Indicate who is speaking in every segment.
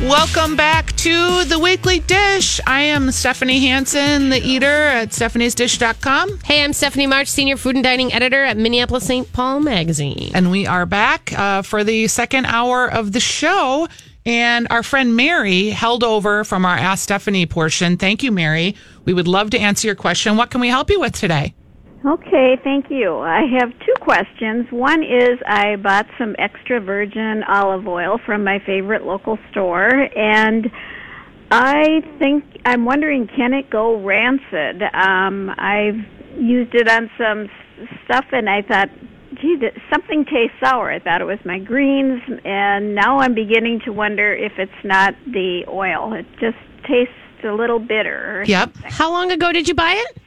Speaker 1: Welcome back to the Weekly Dish. I am Stephanie Hansen, the eater at stephaniesdish.com,
Speaker 2: Hey, I'm Stephanie March, senior food and dining editor at Minneapolis St. Paul Magazine.
Speaker 1: and we are back uh, for the second hour of the show. And our friend Mary held over from our Ask Stephanie portion. Thank you, Mary. We would love to answer your question. What can we help you with today?
Speaker 3: Okay, thank you. I have two questions. One is I bought some extra virgin olive oil from my favorite local store and I think I'm wondering can it go rancid? Um I've used it on some s- stuff and I thought gee that something tastes sour. I thought it was my greens and now I'm beginning to wonder if it's not the oil. It just tastes a little bitter.
Speaker 1: Yep.
Speaker 2: How long ago did you buy it?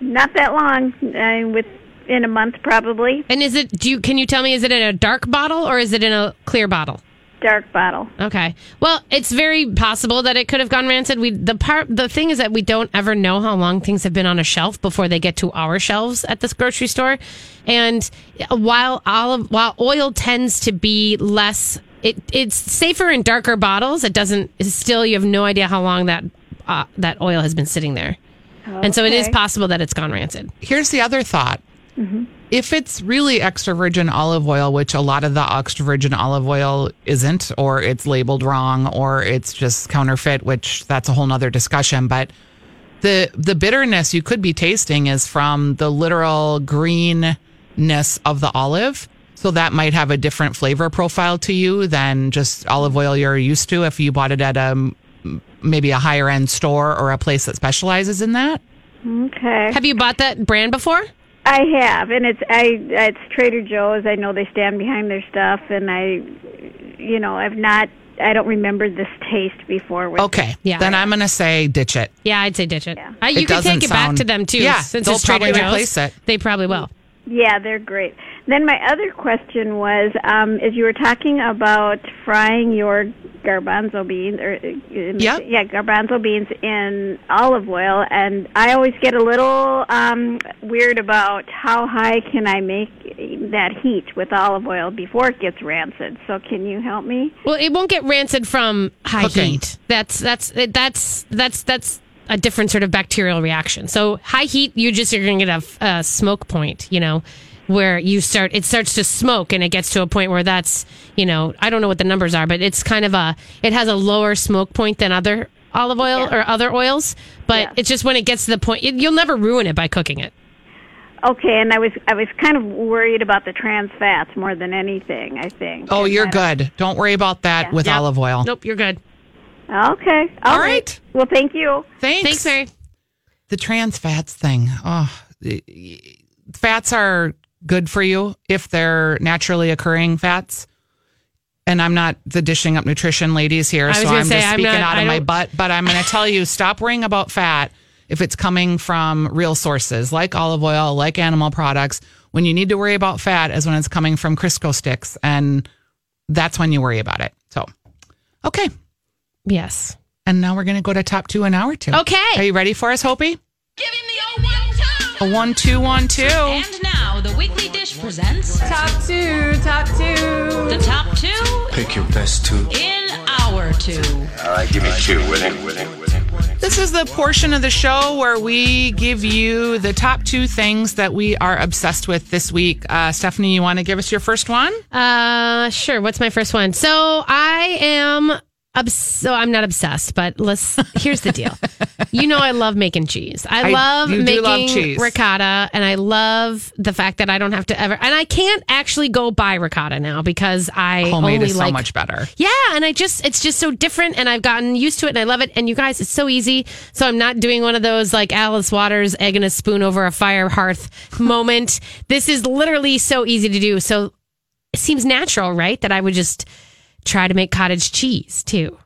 Speaker 3: Not that long, uh, with in a month probably.
Speaker 2: And is it do you can you tell me is it in a dark bottle or is it in a clear bottle?
Speaker 3: dark bottle.
Speaker 2: Okay. Well, it's very possible that it could have gone rancid. We the part the thing is that we don't ever know how long things have been on a shelf before they get to our shelves at this grocery store. And while olive while oil tends to be less it it's safer in darker bottles, it doesn't still you have no idea how long that uh, that oil has been sitting there. And so it is
Speaker 3: Okay.
Speaker 2: possible that it's gone rancid.
Speaker 1: Here's the other thought. If it's really extra virgin olive oil, which a lot of the extra virgin olive oil isn't, or it's labeled wrong, or it's just counterfeit, which that's a whole nother discussion. But the the bitterness you could be tasting is from the literal greenness of the olive. So that might have a different flavor profile to you than just olive oil you're used to if you bought it at a maybe a higher end store or a place that specializes in that.
Speaker 3: Okay.
Speaker 2: Have you bought that brand before?
Speaker 3: I have, and it's I it's Trader Joe's. I know they stand behind their stuff, and I, you know, I've not. I don't remember this taste before. With
Speaker 1: Okay.
Speaker 2: Yeah.
Speaker 1: Then I'm going to say ditch it.
Speaker 2: Yeah, I'd say ditch it. Uh,
Speaker 1: It
Speaker 2: you can
Speaker 1: doesn't
Speaker 2: take it back
Speaker 1: sound-
Speaker 2: to them too.
Speaker 1: Yeah,
Speaker 2: since
Speaker 1: they'll
Speaker 2: it's Trader
Speaker 1: probably
Speaker 2: Joe's.
Speaker 1: replace it.
Speaker 2: They probably will.
Speaker 3: Yeah, they're great. Then my other question was, um, is you were talking about frying your garbanzo beans, or uh,
Speaker 1: Yep.
Speaker 3: yeah, garbanzo beans in olive oil, and I always get a little um, weird about how high can I make that heat with olive oil before it gets rancid. So can you help me?
Speaker 2: Well, it won't get rancid from high
Speaker 1: Cooking.
Speaker 2: heat. That's that's that's that's that's a different sort of bacterial reaction. So high heat, you just you're going to get a, a smoke point. You know. Where you start, it starts to smoke and it gets to a point where that's, you know, I don't know what the numbers are, but it's kind of a, it has a lower smoke point than other olive oil or other oils. But
Speaker 3: Yeah.
Speaker 2: it's just when it gets to the point, it, you'll never ruin it by cooking it.
Speaker 3: Okay, and I was I was kind of worried about the trans fats more than anything. I think.
Speaker 1: Oh,
Speaker 3: And
Speaker 1: you're
Speaker 3: I-
Speaker 1: good. Don't worry about that with
Speaker 2: Yep.
Speaker 1: olive oil.
Speaker 2: Nope, you're good.
Speaker 3: Okay.
Speaker 1: All
Speaker 3: right.
Speaker 1: right.
Speaker 3: Well, thank you.
Speaker 1: Thanks.
Speaker 2: Thanks, Mary.
Speaker 1: The trans fats thing. Oh, the- fats are good for you if they're naturally occurring fats. And I'm not the dishing up nutrition ladies here,
Speaker 2: was
Speaker 1: so
Speaker 2: gonna
Speaker 1: I'm
Speaker 2: say,
Speaker 1: just
Speaker 2: I'm
Speaker 1: speaking
Speaker 2: not-
Speaker 1: out of
Speaker 2: I
Speaker 1: my
Speaker 2: don't-
Speaker 1: butt. But I'm going to tell you stop worrying about fat if it's coming from real sources like olive oil, like animal products. When you need to worry about fat is when it's coming from Crisco sticks. And that's when you worry about it. So, okay.
Speaker 2: Yes.
Speaker 1: And now we're going to go to top two and hour two.
Speaker 2: Okay.
Speaker 1: Are you ready for us, Hopi?
Speaker 4: Give him the old one two.
Speaker 1: A one, two, one, two.
Speaker 4: And now the weekly dish presents
Speaker 5: Top two, top two.
Speaker 4: the top two
Speaker 6: Pick your best two.
Speaker 4: in our two.
Speaker 6: All right, give me two with him, with him, with him, with him.
Speaker 1: This is the portion of the show where we give you the top two things that we are obsessed with this week. Uh, Stephanie, you want to give us your first one?
Speaker 2: Uh, sure. What's my first one? So I am obs- so I'm not obsessed, but let's. Here's the deal. you know, I love making cheese. I,
Speaker 1: I-
Speaker 2: love
Speaker 1: you do
Speaker 2: making
Speaker 1: love cheese.
Speaker 2: ricotta, and I love the fact that I don't have to ever. And I can't actually go buy ricotta now because I
Speaker 1: Homemade
Speaker 2: only
Speaker 1: is so
Speaker 2: like
Speaker 1: much better.
Speaker 2: yeah, and I just it's just so different and I've gotten used to it and I love it. And you guys, it's so easy. So I'm not doing one of those like Alice Waters egg and a spoon over a fire hearth moment. This is literally so easy to do. So it seems natural, right? That I would just try to make cottage cheese too.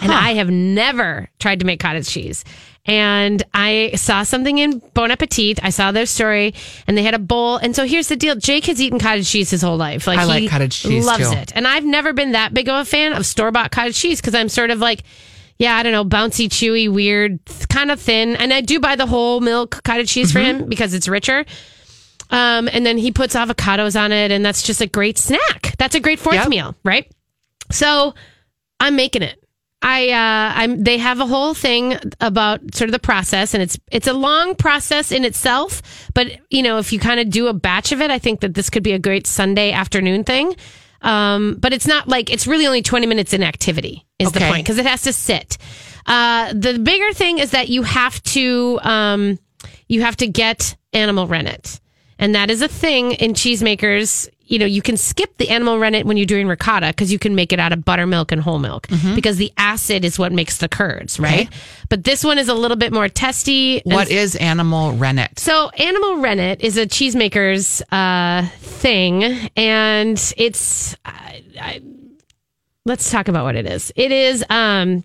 Speaker 2: And I have never tried to make cottage cheese. And I saw something in Bon Appetit. I saw their story and they had a bowl. And so here's the deal Jake has eaten cottage cheese his whole life. Like
Speaker 1: I like
Speaker 2: he
Speaker 1: cottage cheese,
Speaker 2: Loves
Speaker 1: too.
Speaker 2: it. And I've never been that big of a fan of store bought cottage cheese because I'm sort of like, yeah, I don't know, bouncy, chewy, weird, kind of thin. And I do buy the whole milk cottage cheese for
Speaker 1: Mm-hmm.
Speaker 2: him because it's richer. Um, and then he puts avocados on it, and that's just a great snack. That's a great fourth
Speaker 1: Yep.
Speaker 2: meal, right? So I'm making it. I uh, I'm they have a whole thing about sort of the process, and it's it's a long process in itself. But you know, if you kind of do a batch of it, I think that this could be a great Sunday afternoon thing. Um, but it's not like it's really only 20 minutes in activity is the
Speaker 1: Okay.
Speaker 2: point because it has to sit. Uh, the bigger thing is that you have to um, you have to get animal rennet, and that is a thing in cheesemakers. You know, you can skip the animal rennet when you're doing ricotta because you can make it out of buttermilk and whole milk because the acid is what makes the curds, right?
Speaker 1: Mm-hmm. Okay.
Speaker 2: But this one is a little bit more testy. and
Speaker 1: What is animal rennet?
Speaker 2: so, animal rennet is a cheesemaker's uh, thing, and it's. I, I, let's talk about what it is. It is. Um,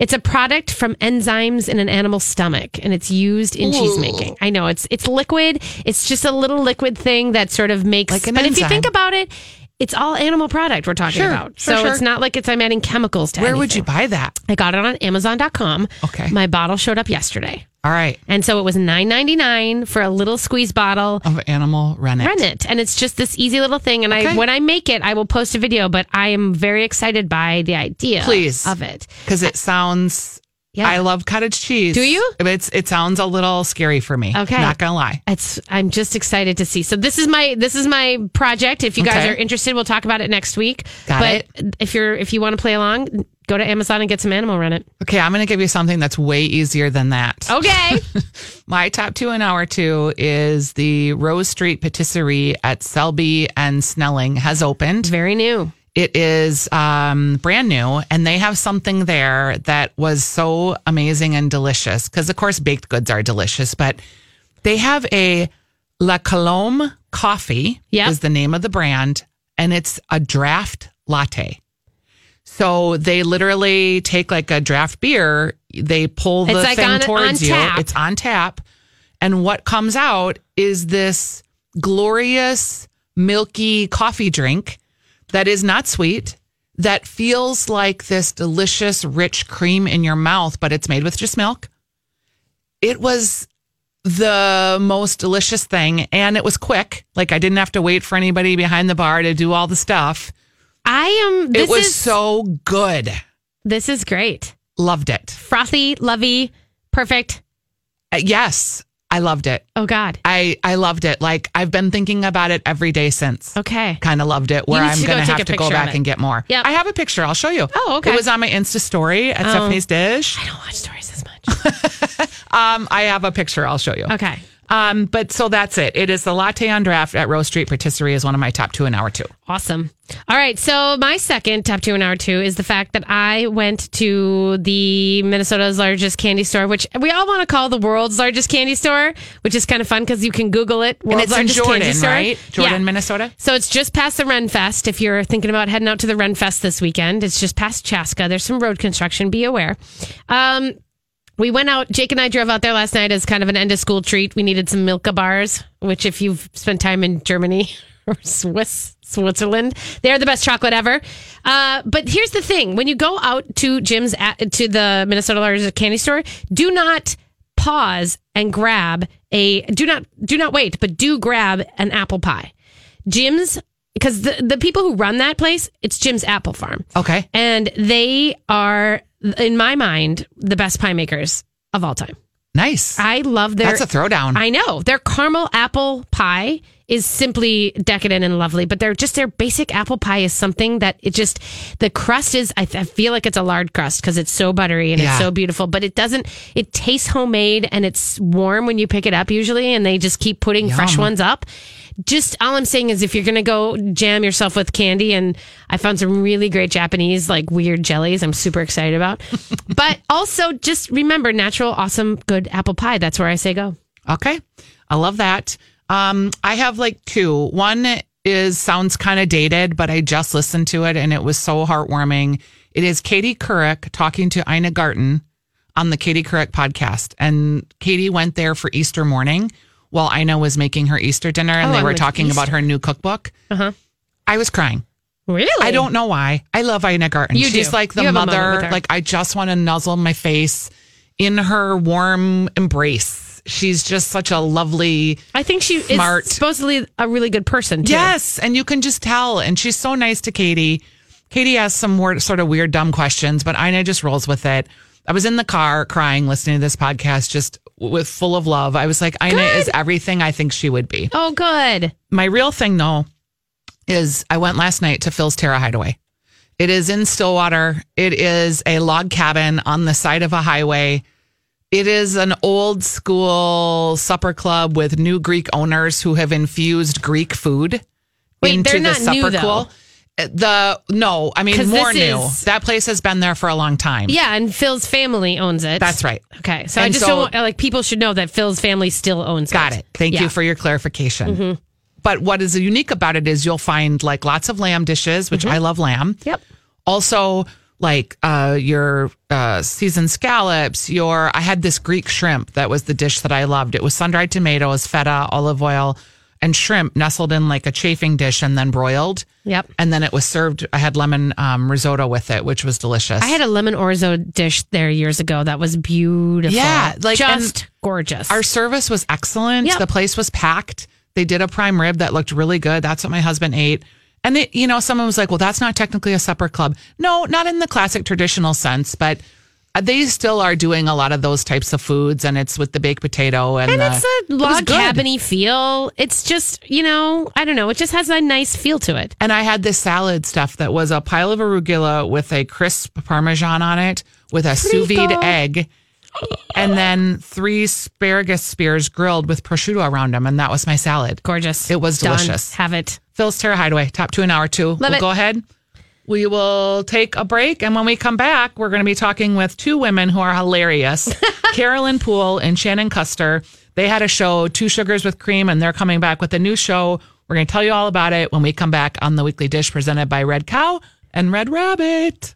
Speaker 2: it's a product from enzymes in an animal's stomach, and it's used in cheese making. I know it's it's liquid. It's just a little liquid thing that sort of makes.
Speaker 1: Like an
Speaker 2: but if you
Speaker 1: enzyme.
Speaker 2: think about it, it's all animal product we're talking
Speaker 1: Sure,
Speaker 2: about.
Speaker 1: sure,
Speaker 2: so
Speaker 1: sure.
Speaker 2: it's not like it's I'm adding chemicals to.
Speaker 1: Where would
Speaker 2: anything.
Speaker 1: you buy that?
Speaker 2: I got it on Amazon.com.
Speaker 1: Okay.
Speaker 2: My bottle showed up yesterday.
Speaker 1: All right.
Speaker 2: And so it was nine ninety nine for a little squeeze bottle.
Speaker 1: Of animal rennet.
Speaker 2: Rent it, and it's just this easy little thing. And I,
Speaker 1: Okay.
Speaker 2: when I make it, I will post a video. But I am very excited by the idea,
Speaker 1: Please.
Speaker 2: of it.
Speaker 1: Because it sounds.
Speaker 2: Yeah.
Speaker 1: I love cottage cheese.
Speaker 2: Do you?
Speaker 1: It's it sounds a little scary for me.
Speaker 2: Okay.
Speaker 1: Not gonna lie.
Speaker 2: It's. I'm just excited to see. So this is my this is my project. If you guys
Speaker 1: Okay.
Speaker 2: are interested, we'll talk about it next week.
Speaker 1: Got
Speaker 2: but if you're if you want to play along, go to Amazon and get some animal rent it.
Speaker 1: Okay, I'm gonna give you something that's way easier than that.
Speaker 2: Okay.
Speaker 1: My top two in hour two is the Rose Street Patisserie at Selby and Snelling has opened.
Speaker 2: very new.
Speaker 1: It is um, brand new, and they have something there that was so amazing and delicious. Because of course, baked goods are delicious, but they have a La Colombe coffee.
Speaker 2: Yep.
Speaker 1: is the name of the brand, and it's a draft latte. So they literally take like a draft beer, they pull the
Speaker 2: It's like
Speaker 1: thing
Speaker 2: on-
Speaker 1: towards
Speaker 2: on
Speaker 1: you.
Speaker 2: tap.
Speaker 1: It's on tap, and what comes out is this glorious milky coffee drink that is not sweet, that feels like this delicious, rich cream in your mouth, but it's made with just milk. It was the most delicious thing, and it was quick. Like, I didn't have to wait for anybody behind the bar to do all the stuff.
Speaker 2: I am. This
Speaker 1: it was
Speaker 2: is
Speaker 1: so good.
Speaker 2: this is great.
Speaker 1: Loved it.
Speaker 2: Frothy, lovey, perfect.
Speaker 1: Uh, Yes, I loved it.
Speaker 2: Oh God.
Speaker 1: I, I loved it. Like, I've been thinking about it every day since.
Speaker 2: Okay.
Speaker 1: kind of loved it where
Speaker 2: need
Speaker 1: I'm
Speaker 2: to go
Speaker 1: going to
Speaker 2: take a
Speaker 1: have to go
Speaker 2: picture of
Speaker 1: back
Speaker 2: it.
Speaker 1: and get more.
Speaker 2: Yep.
Speaker 1: I have a picture. I'll show you.
Speaker 2: Oh, okay. Oh.
Speaker 1: It was on my Insta story at Stephanie's Dish.
Speaker 2: I don't watch stories as much.
Speaker 1: Um, I have a picture. I'll show you.
Speaker 2: Okay.
Speaker 1: Um, but so that's it. It is the latte on draft at Rose Street Patisserie is one of my top two in hour two.
Speaker 2: Awesome. All right. So my second top two in hour two is the fact that I went to the Minnesota's largest candy store, which we all want to call the world's largest candy store, which is kind of fun because you can Google it. World's
Speaker 1: And it's in
Speaker 2: largest
Speaker 1: Jordan,
Speaker 2: candy store,
Speaker 1: right? Jordan,
Speaker 2: Yeah.
Speaker 1: Minnesota.
Speaker 2: So it's just past the Ren Fest. If you're thinking about heading out to the Ren Fest this weekend, it's just past Chaska. There's some road construction. Be aware. Um, we went out. Jake and I drove out there last night as kind of an end of school treat. We needed some Milka bars, which if you've spent time in Germany or Swiss, Switzerland, they are the best chocolate ever. Uh, but here's the thing: when you go out to Jim's at, to the Minnesota Largest Candy Store, do not pause and grab a do not do not wait, but do grab an apple pie. Jim's because the, the people who run that place, it's Jim's Apple Farm.
Speaker 1: Okay.
Speaker 2: And they are, in my mind, the best pie makers of all time.
Speaker 1: Nice.
Speaker 2: I love their.
Speaker 1: That's a throwdown.
Speaker 2: I know their caramel apple pie is simply decadent and lovely, but they're just their basic apple pie is something that it just the crust is. I, I feel like it's a lard crust because it's so buttery and
Speaker 1: Yeah.
Speaker 2: it's so beautiful, but it doesn't. It tastes homemade and it's warm when you pick it up usually, and they just keep putting fresh ones up. Just all I'm saying is, if you're gonna go jam yourself with candy, and I found some really great Japanese like weird jellies. I'm super excited about, but also just remember natural, awesome, good apple pie. That's where I say go.
Speaker 1: Okay. I love that. Um, I have like two. One is sounds kind of dated, but I just listened to it and it was so heartwarming. It is Katie Couric talking to Ina Garten on the Katie Couric podcast. And Katie went there for Easter morning while Ina was making her Easter dinner and
Speaker 2: Oh,
Speaker 1: they
Speaker 2: I'm
Speaker 1: were
Speaker 2: with
Speaker 1: talking about her new cookbook. Uh-huh. I was crying.
Speaker 2: Really?
Speaker 1: I don't know why. I love Ina Garten.
Speaker 2: You
Speaker 1: She's
Speaker 2: do.
Speaker 1: like the
Speaker 2: You have a moment
Speaker 1: mother.
Speaker 2: with her.
Speaker 1: Like I just want to nuzzle my face in her warm embrace. She's just such a lovely.
Speaker 2: I think she
Speaker 1: Smart.
Speaker 2: is supposedly a really good person. Too.
Speaker 1: Yes, and you can just tell. And she's so nice to Katie. Katie asks some more sort of weird, dumb questions, but Ina just rolls with it. I was in the car crying, listening to this podcast, just with full of love. I was like, Ina is everything I think she would be.
Speaker 2: Oh, good.
Speaker 1: My real thing, though, is I went last night to Phil's Terra Hideaway. It is in Stillwater. It is a log cabin on the side of a highway. It is an old school supper club with new Greek owners who have infused Greek food
Speaker 2: Wait,
Speaker 1: into
Speaker 2: they're
Speaker 1: the
Speaker 2: not new,
Speaker 1: supper
Speaker 2: though.
Speaker 1: club. Uh, The no, I
Speaker 2: 'Cause
Speaker 1: mean more
Speaker 2: this
Speaker 1: new.
Speaker 2: is-
Speaker 1: that place has been there for a long time.
Speaker 2: Yeah, and Phil's family owns it.
Speaker 1: That's right.
Speaker 2: Okay, so I
Speaker 1: And
Speaker 2: just
Speaker 1: so-
Speaker 2: don't want- like people should know that Phil's family still owns
Speaker 1: Got
Speaker 2: it.
Speaker 1: it. Thank
Speaker 2: Yeah. Mm-hmm.
Speaker 1: you for your clarification. But what is unique about it is you'll find like lots of lamb dishes, which I love lamb.
Speaker 2: Mm-hmm. Yep.
Speaker 1: Also, like uh, your uh, seasoned scallops, your I had this Greek shrimp that was the dish that I loved. It was sun dried tomatoes, feta, olive oil, and shrimp nestled in like a chafing dish and then broiled.
Speaker 2: Yep.
Speaker 1: And then it was served. I had lemon um, risotto with it, which was delicious.
Speaker 2: I had a lemon orzo dish there years ago that was beautiful.
Speaker 1: Yeah, like, and
Speaker 2: just gorgeous.
Speaker 1: Our service was excellent.
Speaker 2: Yep.
Speaker 1: The place was packed. They did a prime rib that looked really good. That's what my husband ate. And it, you know, someone was like, "Well, that's not technically a supper club." No, not in the classic traditional sense, but uh, they still are doing a lot of those types of foods, and it's with the baked potato and,
Speaker 2: and
Speaker 1: the-
Speaker 2: it's a
Speaker 1: it was
Speaker 2: log
Speaker 1: good.
Speaker 2: cabiny feel. It's just you know I don't know. It just has a nice feel to it.
Speaker 1: And I had this salad stuff that was a pile of arugula with a crisp parmesan on it, with a sous vide egg, and then three asparagus spears grilled with prosciutto around them, and that was my salad.
Speaker 2: Gorgeous.
Speaker 1: It was
Speaker 2: Done.
Speaker 1: delicious.
Speaker 2: Have it.
Speaker 1: Phil's Terra Hideaway, top two an hour two. we'll
Speaker 2: it.
Speaker 1: go ahead. We will take a break. And when we come back, we're going to be talking with two women who are hilarious Carolyn Poole and Shannon Custer. They had a show, Two Sugars with Cream, and they're coming back with a new show. We're going to tell you all about it when we come back on the Weekly Dish presented by Red Cow and Red Rabbit.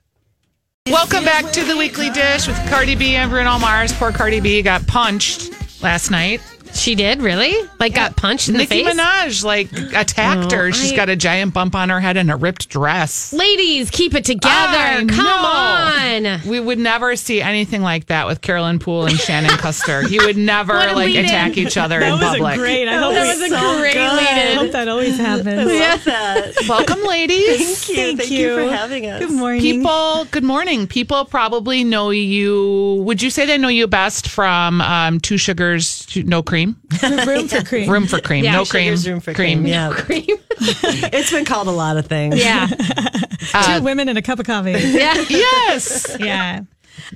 Speaker 1: Welcome back to the Weekly Dish with Cardi B and Bruno Mars. Poor Cardi B got punched last night.
Speaker 2: She did really like got punched in
Speaker 1: Nicki
Speaker 2: the face.
Speaker 1: Minaj like attacked her. She's
Speaker 2: I-
Speaker 1: got a giant bump on her head and a ripped dress.
Speaker 2: Ladies, keep it together.
Speaker 1: I
Speaker 2: Come
Speaker 1: know.
Speaker 2: on.
Speaker 1: We would never see anything like that with Carolyn Poole and Shannon Custer. You would never
Speaker 2: What a
Speaker 1: like
Speaker 2: lead-in.
Speaker 1: attack each other in public.
Speaker 7: I hope
Speaker 2: That was a great lead-in.
Speaker 7: I hope that always happens.
Speaker 8: Love that.
Speaker 1: Welcome, ladies.
Speaker 8: Thank you. Thank, you. for having us.
Speaker 7: Good morning.
Speaker 1: People, good morning. People probably know you. Would you say they know you best from um, Two Sugars, two, No Cream?
Speaker 7: room for cream.
Speaker 1: Room for Cream,
Speaker 2: Yeah,
Speaker 1: No
Speaker 2: Two
Speaker 1: Cream.
Speaker 8: There's room for cream. Yeah. it's been called a lot of things.
Speaker 2: Yeah.
Speaker 7: Two women and a cup of coffee.
Speaker 2: Yeah.
Speaker 1: Yes.
Speaker 7: yeah.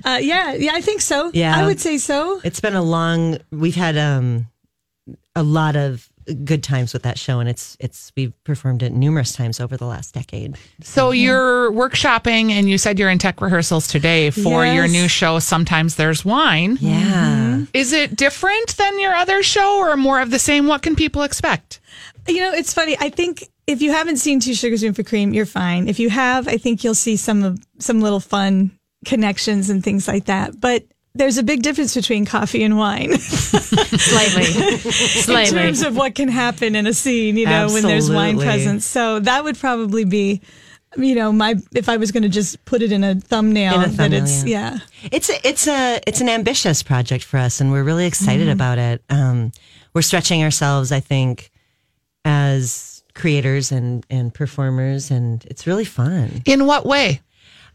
Speaker 7: Uh, yeah. Yeah. I think so.
Speaker 8: Yeah.
Speaker 7: I would say so.
Speaker 8: It's been a long. We've had um, a lot of good times with that show, and it's it's we've performed it numerous times over the last decade.
Speaker 1: So you're workshopping and you said you're in tech rehearsals today for your
Speaker 7: Yes.
Speaker 1: new show, Sometimes There's Wine.
Speaker 8: Yeah. Mm-hmm.
Speaker 1: Is it different than your other show or more of the same? What can people expect?
Speaker 7: You know, it's funny. I think if you haven't seen Two Sugars Room for Cream, you're fine. If you have, I think you'll see some of some little fun connections and things like that. But there's a big difference between coffee and wine
Speaker 2: Slightly.
Speaker 7: in terms
Speaker 2: Slightly.
Speaker 7: of what can happen in a scene, you know, when there's wine
Speaker 8: Absolutely.
Speaker 7: present. So that would probably be, you know, my if I was going to just put it in a thumbnail,
Speaker 8: In a
Speaker 7: that
Speaker 8: thumbnail,
Speaker 7: it's yeah.
Speaker 8: Oh, It's a, it's a it's an ambitious project for us, and we're really excited
Speaker 7: Mm-hmm.
Speaker 8: about it. Um, we're stretching ourselves, I think, as creators and and performers, and it's really fun.
Speaker 1: In what way?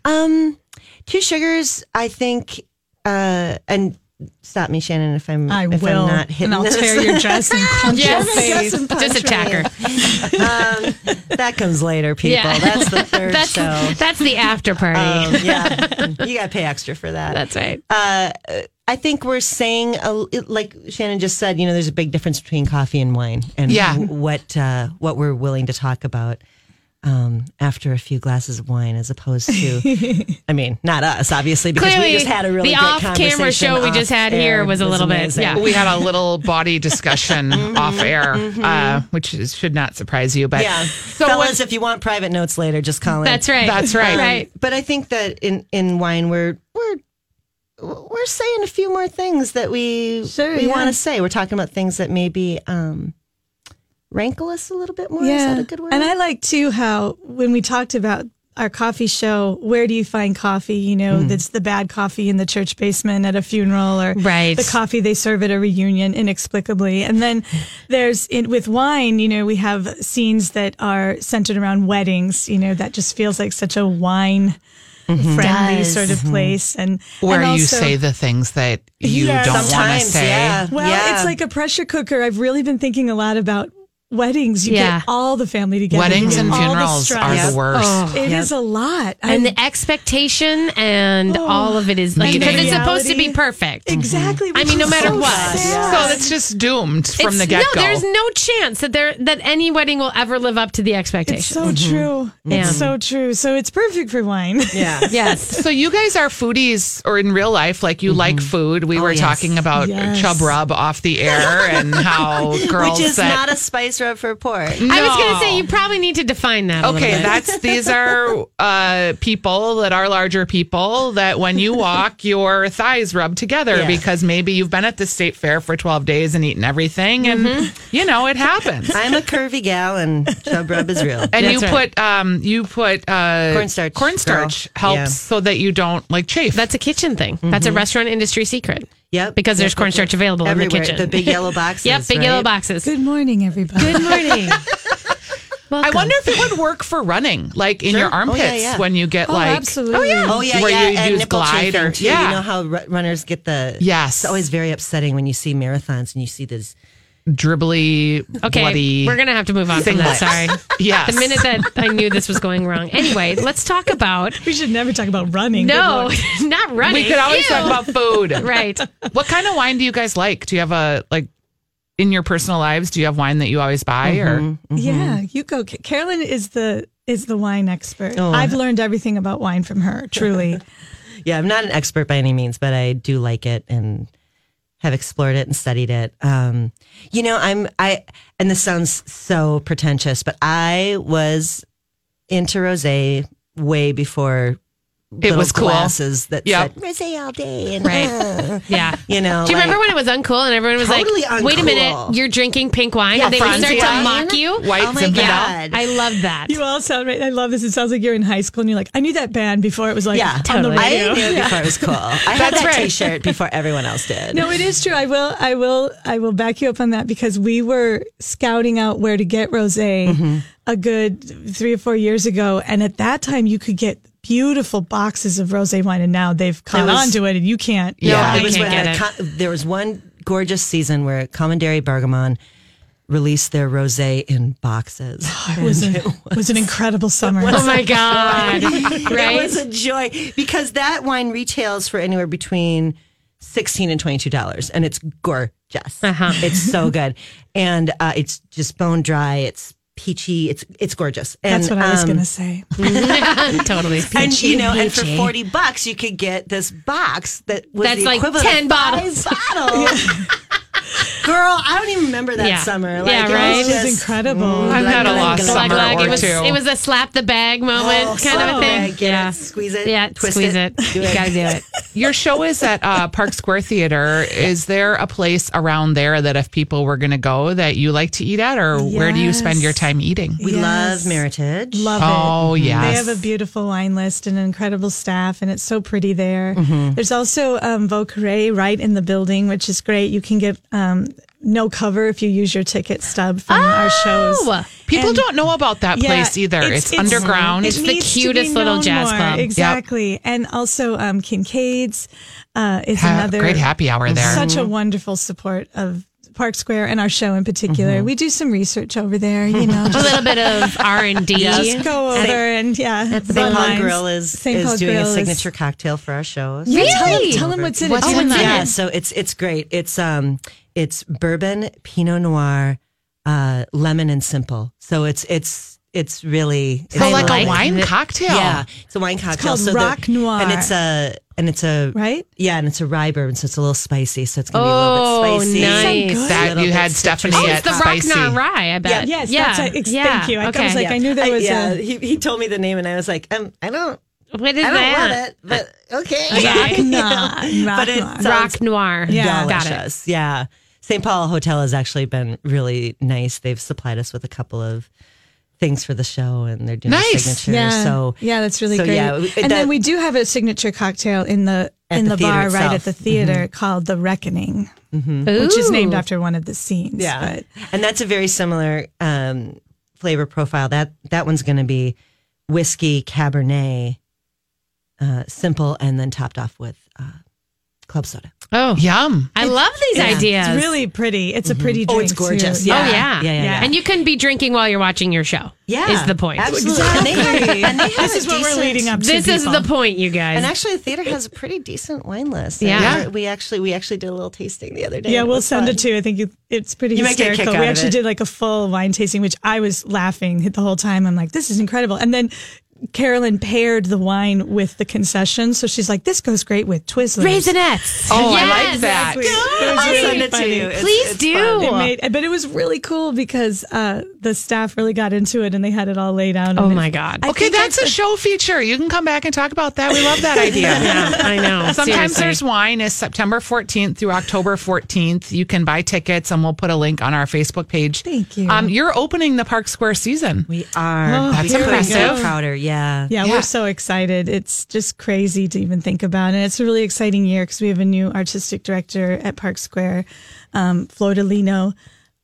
Speaker 8: Um, two sugars. I think. Uh, and stop me, Shannon, if I'm
Speaker 7: I
Speaker 8: if
Speaker 7: will,
Speaker 8: I'm not hitting
Speaker 7: and I'll
Speaker 8: this.
Speaker 7: tear your dress and punch your face.
Speaker 2: Just attack her.
Speaker 8: Um, that comes later, people.
Speaker 2: Yeah.
Speaker 8: That's the third
Speaker 2: That's
Speaker 8: show.
Speaker 2: that's the after party.
Speaker 8: Um, yeah, you gotta pay extra for that.
Speaker 2: that's right.
Speaker 8: I think we're saying, a, it- like Shannon just said, you know, there's a big difference between coffee and wine, and
Speaker 1: Yeah.
Speaker 8: w- what uh, what we're willing to talk about um, after a few glasses of wine, as opposed to, I mean, not us, obviously, because
Speaker 2: Clearly,
Speaker 8: we just had a really
Speaker 2: the
Speaker 8: great
Speaker 2: off-camera
Speaker 8: conversation
Speaker 2: show we just had
Speaker 8: off
Speaker 2: here
Speaker 8: air.
Speaker 2: was a
Speaker 8: It
Speaker 2: little bit-
Speaker 8: amazing.
Speaker 2: yeah.
Speaker 1: We had a little body discussion off air, uh, which is, should not surprise you. But
Speaker 8: Yeah.
Speaker 1: so
Speaker 8: Fellas,
Speaker 1: what-
Speaker 8: if you want private notes later, just call in.
Speaker 2: That's right.
Speaker 1: That's right.
Speaker 2: Right.
Speaker 8: Um, But I think that in, in wine, we're, we're, we're saying a few more things that we,
Speaker 7: Sure,
Speaker 8: we
Speaker 7: yeah.
Speaker 8: want to say. We're talking about things that maybe um, rankle us a little bit more. Is that a good word?
Speaker 7: And I like too how when we talked about our coffee show, where do you find coffee? You know,
Speaker 1: Hmm.
Speaker 7: that's the bad coffee in the church basement at a funeral or
Speaker 2: Right.
Speaker 7: the coffee they serve at a reunion inexplicably. And then there's in, with wine, you know, we have scenes that are centered around weddings, you know, that just feels like such a wine friendly
Speaker 2: Does.
Speaker 7: sort of place. And
Speaker 1: Mm-hmm. Where
Speaker 7: and
Speaker 1: you
Speaker 7: also-
Speaker 1: say the things that you
Speaker 7: Yeah,
Speaker 1: don't want to
Speaker 8: Sometimes,
Speaker 1: say.
Speaker 8: yeah.
Speaker 7: well,
Speaker 8: yeah.
Speaker 7: it's like a pressure cooker. I've really been thinking a lot about weddings. You
Speaker 2: Yeah.
Speaker 7: get all the family together. You
Speaker 1: Weddings
Speaker 7: get
Speaker 1: and
Speaker 7: all the
Speaker 1: funerals
Speaker 7: stress.
Speaker 1: are
Speaker 8: Yep.
Speaker 1: the worst.
Speaker 7: It is a lot.
Speaker 2: and
Speaker 7: I'm-
Speaker 2: the expectation and all of it is like
Speaker 1: Meeting.
Speaker 2: because it's supposed to be
Speaker 7: Reality.
Speaker 2: perfect.
Speaker 7: Mm-hmm. exactly.
Speaker 2: I
Speaker 7: which
Speaker 2: mean, no
Speaker 7: is
Speaker 2: matter
Speaker 7: so
Speaker 2: what.
Speaker 7: sad.
Speaker 1: So it's just doomed from
Speaker 2: It's-
Speaker 1: the get go.
Speaker 2: No, there's no chance that there that any wedding will ever live up to the expectation.
Speaker 7: It's so true. It's
Speaker 2: Mm-hmm. Yeah.
Speaker 7: so true. So it's perfect for wine.
Speaker 8: yeah.
Speaker 2: yes.
Speaker 1: So you guys are foodies, or in real life, like you like food. We were
Speaker 8: Mm-hmm. Oh, yes.
Speaker 1: talking about
Speaker 7: Yes.
Speaker 1: chub rub off the air and how girls
Speaker 8: Which is
Speaker 1: that
Speaker 8: not a spice rub for pork.
Speaker 2: I was going
Speaker 1: No.
Speaker 2: to say you probably need to define that. a little
Speaker 1: Okay,
Speaker 2: bit.
Speaker 1: that's these are uh, people that are larger people that when you walk, your thighs rub together
Speaker 8: Yeah.
Speaker 1: because maybe you've been at the state fair for 12 days and eaten everything, and
Speaker 8: Mm-hmm.
Speaker 1: you know it happens.
Speaker 8: I'm a curvy gal, and chub rub is real.
Speaker 1: And
Speaker 2: That's
Speaker 1: you
Speaker 2: right.
Speaker 1: put um, you put uh,
Speaker 8: Cornstarch,
Speaker 1: Cornstarch
Speaker 8: girl.
Speaker 1: helps
Speaker 8: Yeah.
Speaker 1: so that you don't like chafe.
Speaker 2: that's a kitchen thing. That's a restaurant industry secret.
Speaker 8: Mm-hmm. Yep.
Speaker 2: Because there's
Speaker 8: Yep, yep,
Speaker 2: cornstarch
Speaker 8: yep.
Speaker 2: available in the
Speaker 8: Everywhere.
Speaker 2: kitchen.
Speaker 8: The big yellow boxes,
Speaker 2: yep, big
Speaker 8: right?
Speaker 2: yellow boxes.
Speaker 7: Good morning, everybody.
Speaker 2: Good morning.
Speaker 1: I wonder if it would work for running, like in your
Speaker 8: Sure. Oh,
Speaker 1: armpits
Speaker 8: yeah, yeah.
Speaker 1: when you get
Speaker 7: Oh,
Speaker 1: like
Speaker 7: absolutely.
Speaker 1: oh yeah,
Speaker 8: Oh yeah,
Speaker 1: where
Speaker 8: yeah,
Speaker 1: you
Speaker 8: and
Speaker 1: use
Speaker 8: nipple chafing,
Speaker 1: glider,
Speaker 8: too.
Speaker 1: yeah,
Speaker 8: You know how ru- runners get the
Speaker 1: Yes.
Speaker 8: It's always very upsetting when you see marathons and you see this.
Speaker 1: dribbly,
Speaker 2: Okay,
Speaker 1: bloody.
Speaker 2: we're gonna have to move on from that.
Speaker 1: singlet.
Speaker 2: Sorry.
Speaker 1: Yes.
Speaker 2: The minute that I knew this was going wrong. Anyway, let's talk about
Speaker 7: We should never talk about running.
Speaker 2: no,
Speaker 7: Good lord.
Speaker 2: not running.
Speaker 1: we could always
Speaker 2: Ew.
Speaker 1: talk about food.
Speaker 2: right.
Speaker 1: What kind of wine do you guys like? Do you have a like in your personal lives? Do you have wine that you always buy or
Speaker 2: Mm-hmm.
Speaker 8: Mm-hmm.
Speaker 7: Yeah, you go. Ca- Carolyn is the is the wine expert.
Speaker 2: Oh.
Speaker 7: I've learned everything about wine from her. Truly.
Speaker 8: Yeah, I'm not an expert by any means, but I do like it and have explored it and studied it. Um, you know, I'm I, and this sounds so pretentious, but I was into rosé way before
Speaker 1: it was cool?
Speaker 8: glasses that
Speaker 1: Yep.
Speaker 8: said rosé all day and
Speaker 2: Right. Yeah.
Speaker 8: you know.
Speaker 2: Do you
Speaker 8: like-
Speaker 2: remember when it was uncool and everyone was
Speaker 8: Totally
Speaker 2: like, "Wait a minute,
Speaker 8: uncool.
Speaker 2: you're drinking pink wine," and they would start to
Speaker 1: Franzia.
Speaker 2: mock you?
Speaker 1: White
Speaker 8: Oh my
Speaker 1: Zinfandel?
Speaker 8: God.
Speaker 2: I love that.
Speaker 7: You all sound right. I love this. It sounds like you're in high school and you're like, I knew that band before it was like
Speaker 8: Yeah,
Speaker 7: on the
Speaker 2: totally.
Speaker 8: I
Speaker 7: radio.
Speaker 8: knew it before it was cool. I had
Speaker 1: That's
Speaker 8: that
Speaker 1: right.
Speaker 8: T-shirt before everyone else did.
Speaker 7: No, it is true. I will, I will, I will back you up on that because we were scouting out where to get rosé a good three or four years ago, and at that time you could get beautiful boxes of rosé wine, and now they've caught
Speaker 8: was-
Speaker 7: on to it, and you can't.
Speaker 1: Yeah.
Speaker 8: it
Speaker 2: I
Speaker 8: was
Speaker 2: can't
Speaker 8: when
Speaker 2: get
Speaker 8: a
Speaker 2: it.
Speaker 8: co- there was one gorgeous season where Commandery Bergamon released their rosé in boxes.
Speaker 7: it was, a, it was an incredible summer.
Speaker 2: oh my god! right?
Speaker 8: It was a joy because that wine retails for anywhere between sixteen and twenty-two dollars, and it's gorgeous. It's so good, and uh, it's just bone dry. It's peachy. It's it's gorgeous. And,
Speaker 7: That's what I was
Speaker 8: um,
Speaker 7: gonna say.
Speaker 2: totally.
Speaker 8: And you know, and for forty bucks, you could get this box that was
Speaker 2: That's
Speaker 8: the
Speaker 2: like
Speaker 8: equivalent of
Speaker 2: 10 bottles.
Speaker 8: five bottles. Girl, I don't even remember that
Speaker 2: Yeah.
Speaker 8: summer.
Speaker 2: Yeah,
Speaker 8: Like,
Speaker 2: right?
Speaker 7: It
Speaker 8: It was
Speaker 7: was
Speaker 8: just,
Speaker 7: incredible.
Speaker 8: Mm-hmm.
Speaker 1: I've had a lost
Speaker 2: Glug,
Speaker 1: summer
Speaker 2: glug.
Speaker 1: or
Speaker 2: It was
Speaker 1: two.
Speaker 2: it was a slap the bag moment
Speaker 8: Oh,
Speaker 2: kind of a
Speaker 8: slap
Speaker 2: thing.
Speaker 8: the bag, get
Speaker 2: yeah,
Speaker 8: it, squeeze it,
Speaker 2: Yeah,
Speaker 8: twist
Speaker 2: squeeze it.
Speaker 8: it, do
Speaker 2: You
Speaker 8: it.
Speaker 2: gotta do it.
Speaker 1: Your show is at uh, Park Square Theater. Is there a place around there that if people were going to go that you like to eat at, or where do you spend your
Speaker 7: Yes.
Speaker 1: time eating?
Speaker 8: we
Speaker 7: Yes.
Speaker 8: love Meritage.
Speaker 7: Love
Speaker 1: Oh,
Speaker 7: it.
Speaker 1: yes.
Speaker 7: They have a beautiful wine list and an incredible staff, and it's so pretty there.
Speaker 1: Mm-hmm.
Speaker 7: There's also um, Vauqueray right in the building, which is great. You can get um, no cover if you use your ticket stub from our shows.
Speaker 1: People
Speaker 7: And-
Speaker 1: don't know about that
Speaker 7: Yeah,
Speaker 1: Oh! place either. It's, underground.
Speaker 7: It's
Speaker 2: the cutest little jazz club.
Speaker 7: Exactly. And also um, Kincaid's uh, is
Speaker 1: Ha-
Speaker 7: another
Speaker 1: great happy hour there. Mm-hmm.
Speaker 7: Such a wonderful support of Park Square and our show in particular.
Speaker 1: Mm-hmm.
Speaker 7: We do some research over there, you know.
Speaker 2: A little bit of R and D.
Speaker 7: just go over and yeah.
Speaker 2: the
Speaker 7: run
Speaker 8: St. Paul
Speaker 7: lines.
Speaker 8: Grill is,
Speaker 7: St.
Speaker 8: is
Speaker 7: Paul
Speaker 8: doing
Speaker 7: Grill
Speaker 8: a
Speaker 7: is-
Speaker 8: signature cocktail for our shows.
Speaker 7: Yeah, tell,
Speaker 2: Really?
Speaker 7: tell them what's in
Speaker 1: What's
Speaker 7: it.
Speaker 1: in
Speaker 7: Tell 'em
Speaker 1: it?
Speaker 7: what's
Speaker 8: Yeah, so it's it's great. It's um it's bourbon, Pinot Noir, uh, lemon, and simple. So it's it's it's really it's
Speaker 1: So like
Speaker 8: really
Speaker 1: a
Speaker 8: good.
Speaker 1: wine cocktail.
Speaker 8: Yeah, it's a wine cocktail.
Speaker 7: called
Speaker 8: so the-
Speaker 7: Rock Noir.
Speaker 8: and it's a and it's a
Speaker 7: Right?
Speaker 8: Yeah, and it's a rye bourbon, so it's a little spicy. So it's gonna
Speaker 2: Oh,
Speaker 8: be a little bit spicy.
Speaker 2: nice. So good.
Speaker 1: That
Speaker 8: Little
Speaker 1: you
Speaker 8: bit
Speaker 1: had Stephanie
Speaker 8: citrusy.
Speaker 2: Oh,
Speaker 1: at
Speaker 2: it's the
Speaker 1: Spicy.
Speaker 2: Rocknar Rye. I bet.
Speaker 7: Yes,
Speaker 2: Yeah.
Speaker 7: that's a, ex-
Speaker 2: yeah.
Speaker 7: thank you. I,
Speaker 2: okay.
Speaker 7: was like, I knew there was uh,
Speaker 8: yeah,
Speaker 7: a
Speaker 8: he, he told me the name, and I was like, um, I don't,
Speaker 2: what is
Speaker 8: I don't
Speaker 2: that?
Speaker 8: want it, but okay.
Speaker 7: Rock Noir. Rock
Speaker 8: But uh, it
Speaker 7: Noir.
Speaker 8: sounds
Speaker 2: Rock Noir.
Speaker 7: Yeah.
Speaker 2: got it.
Speaker 8: delicious. Yeah. St. Paul Hotel has actually been really nice. They've supplied us with a couple of things for the show and they're doing
Speaker 1: Nice.
Speaker 8: signatures.
Speaker 7: Yeah.
Speaker 8: So
Speaker 7: yeah, that's really
Speaker 8: so,
Speaker 7: great.
Speaker 8: yeah, it-
Speaker 7: and
Speaker 8: that-
Speaker 7: then we do have a signature cocktail in the
Speaker 8: At
Speaker 7: in
Speaker 8: the
Speaker 7: the,
Speaker 8: theater
Speaker 7: bar right at
Speaker 8: itself. Mm-hmm.
Speaker 7: the theater called the Reckoning, which is named
Speaker 2: Ooh.
Speaker 7: after one of the scenes. but-
Speaker 8: and that's a very similar um, flavor profile. That that one's going to be whiskey Cabernet, uh, simple, and then topped off with uh, club soda.
Speaker 2: Oh,
Speaker 1: Yum.
Speaker 2: I love these ideas.
Speaker 7: It's really pretty. It's a pretty drink.
Speaker 8: Mm-hmm. it's gorgeous.
Speaker 7: too.
Speaker 2: Oh
Speaker 8: Yeah.
Speaker 2: yeah.
Speaker 8: Yeah, yeah, yeah.
Speaker 2: And you can be drinking while you're watching your show.
Speaker 8: Yeah,
Speaker 2: is the point.
Speaker 8: Absolutely. And they have- and they have
Speaker 7: This
Speaker 8: a
Speaker 7: is what we're
Speaker 8: decent-
Speaker 7: leading up to.
Speaker 2: This is the
Speaker 7: people.
Speaker 2: point, you guys.
Speaker 8: And actually, the theater has a pretty decent wine list.
Speaker 2: Yeah.
Speaker 8: And we- we actually we actually did a little tasting the other day.
Speaker 7: Yeah,
Speaker 8: It
Speaker 7: we'll
Speaker 8: was
Speaker 7: send
Speaker 8: fun.
Speaker 7: it to you. I think it, it's pretty
Speaker 8: You might get a kick
Speaker 7: hysterical.
Speaker 8: out
Speaker 7: We
Speaker 8: of
Speaker 7: actually
Speaker 8: it.
Speaker 7: did like a full wine tasting, which I was laughing the whole time. I'm like, this is incredible. And then Carolyn paired the wine with the concession. So she's like, this goes great with Twizzlers.
Speaker 2: Raisinets.
Speaker 1: Oh, I
Speaker 2: Yes.
Speaker 1: like that.
Speaker 7: It was
Speaker 8: I'll
Speaker 7: really
Speaker 8: send it to
Speaker 7: funny.
Speaker 8: you. It's-
Speaker 2: Please
Speaker 8: it's
Speaker 2: do.
Speaker 8: fun.
Speaker 7: It made, but it was really cool because uh, the staff really got into it and they had it all laid out.
Speaker 2: Oh
Speaker 7: And
Speaker 2: my
Speaker 7: it-
Speaker 2: god.
Speaker 7: I
Speaker 1: Okay,
Speaker 7: think
Speaker 1: that's a show feature. You can come back and talk about that. We love that idea.
Speaker 2: yeah, I know.
Speaker 1: Sometimes
Speaker 2: Seriously.
Speaker 1: There's Wine is September 14th through October 14th. You can buy tickets and we'll put a link on our Facebook page.
Speaker 7: Thank you.
Speaker 1: Um, you're opening the Park Square season.
Speaker 8: We are.
Speaker 1: That's
Speaker 8: we couldn't be
Speaker 1: impressive.
Speaker 8: Prouder. Yeah.
Speaker 7: Yeah,
Speaker 1: Yeah.
Speaker 7: we're so excited. It's just crazy to even think about. And it's a really exciting year because we have a new artistic director at Park Square, um, Flordelino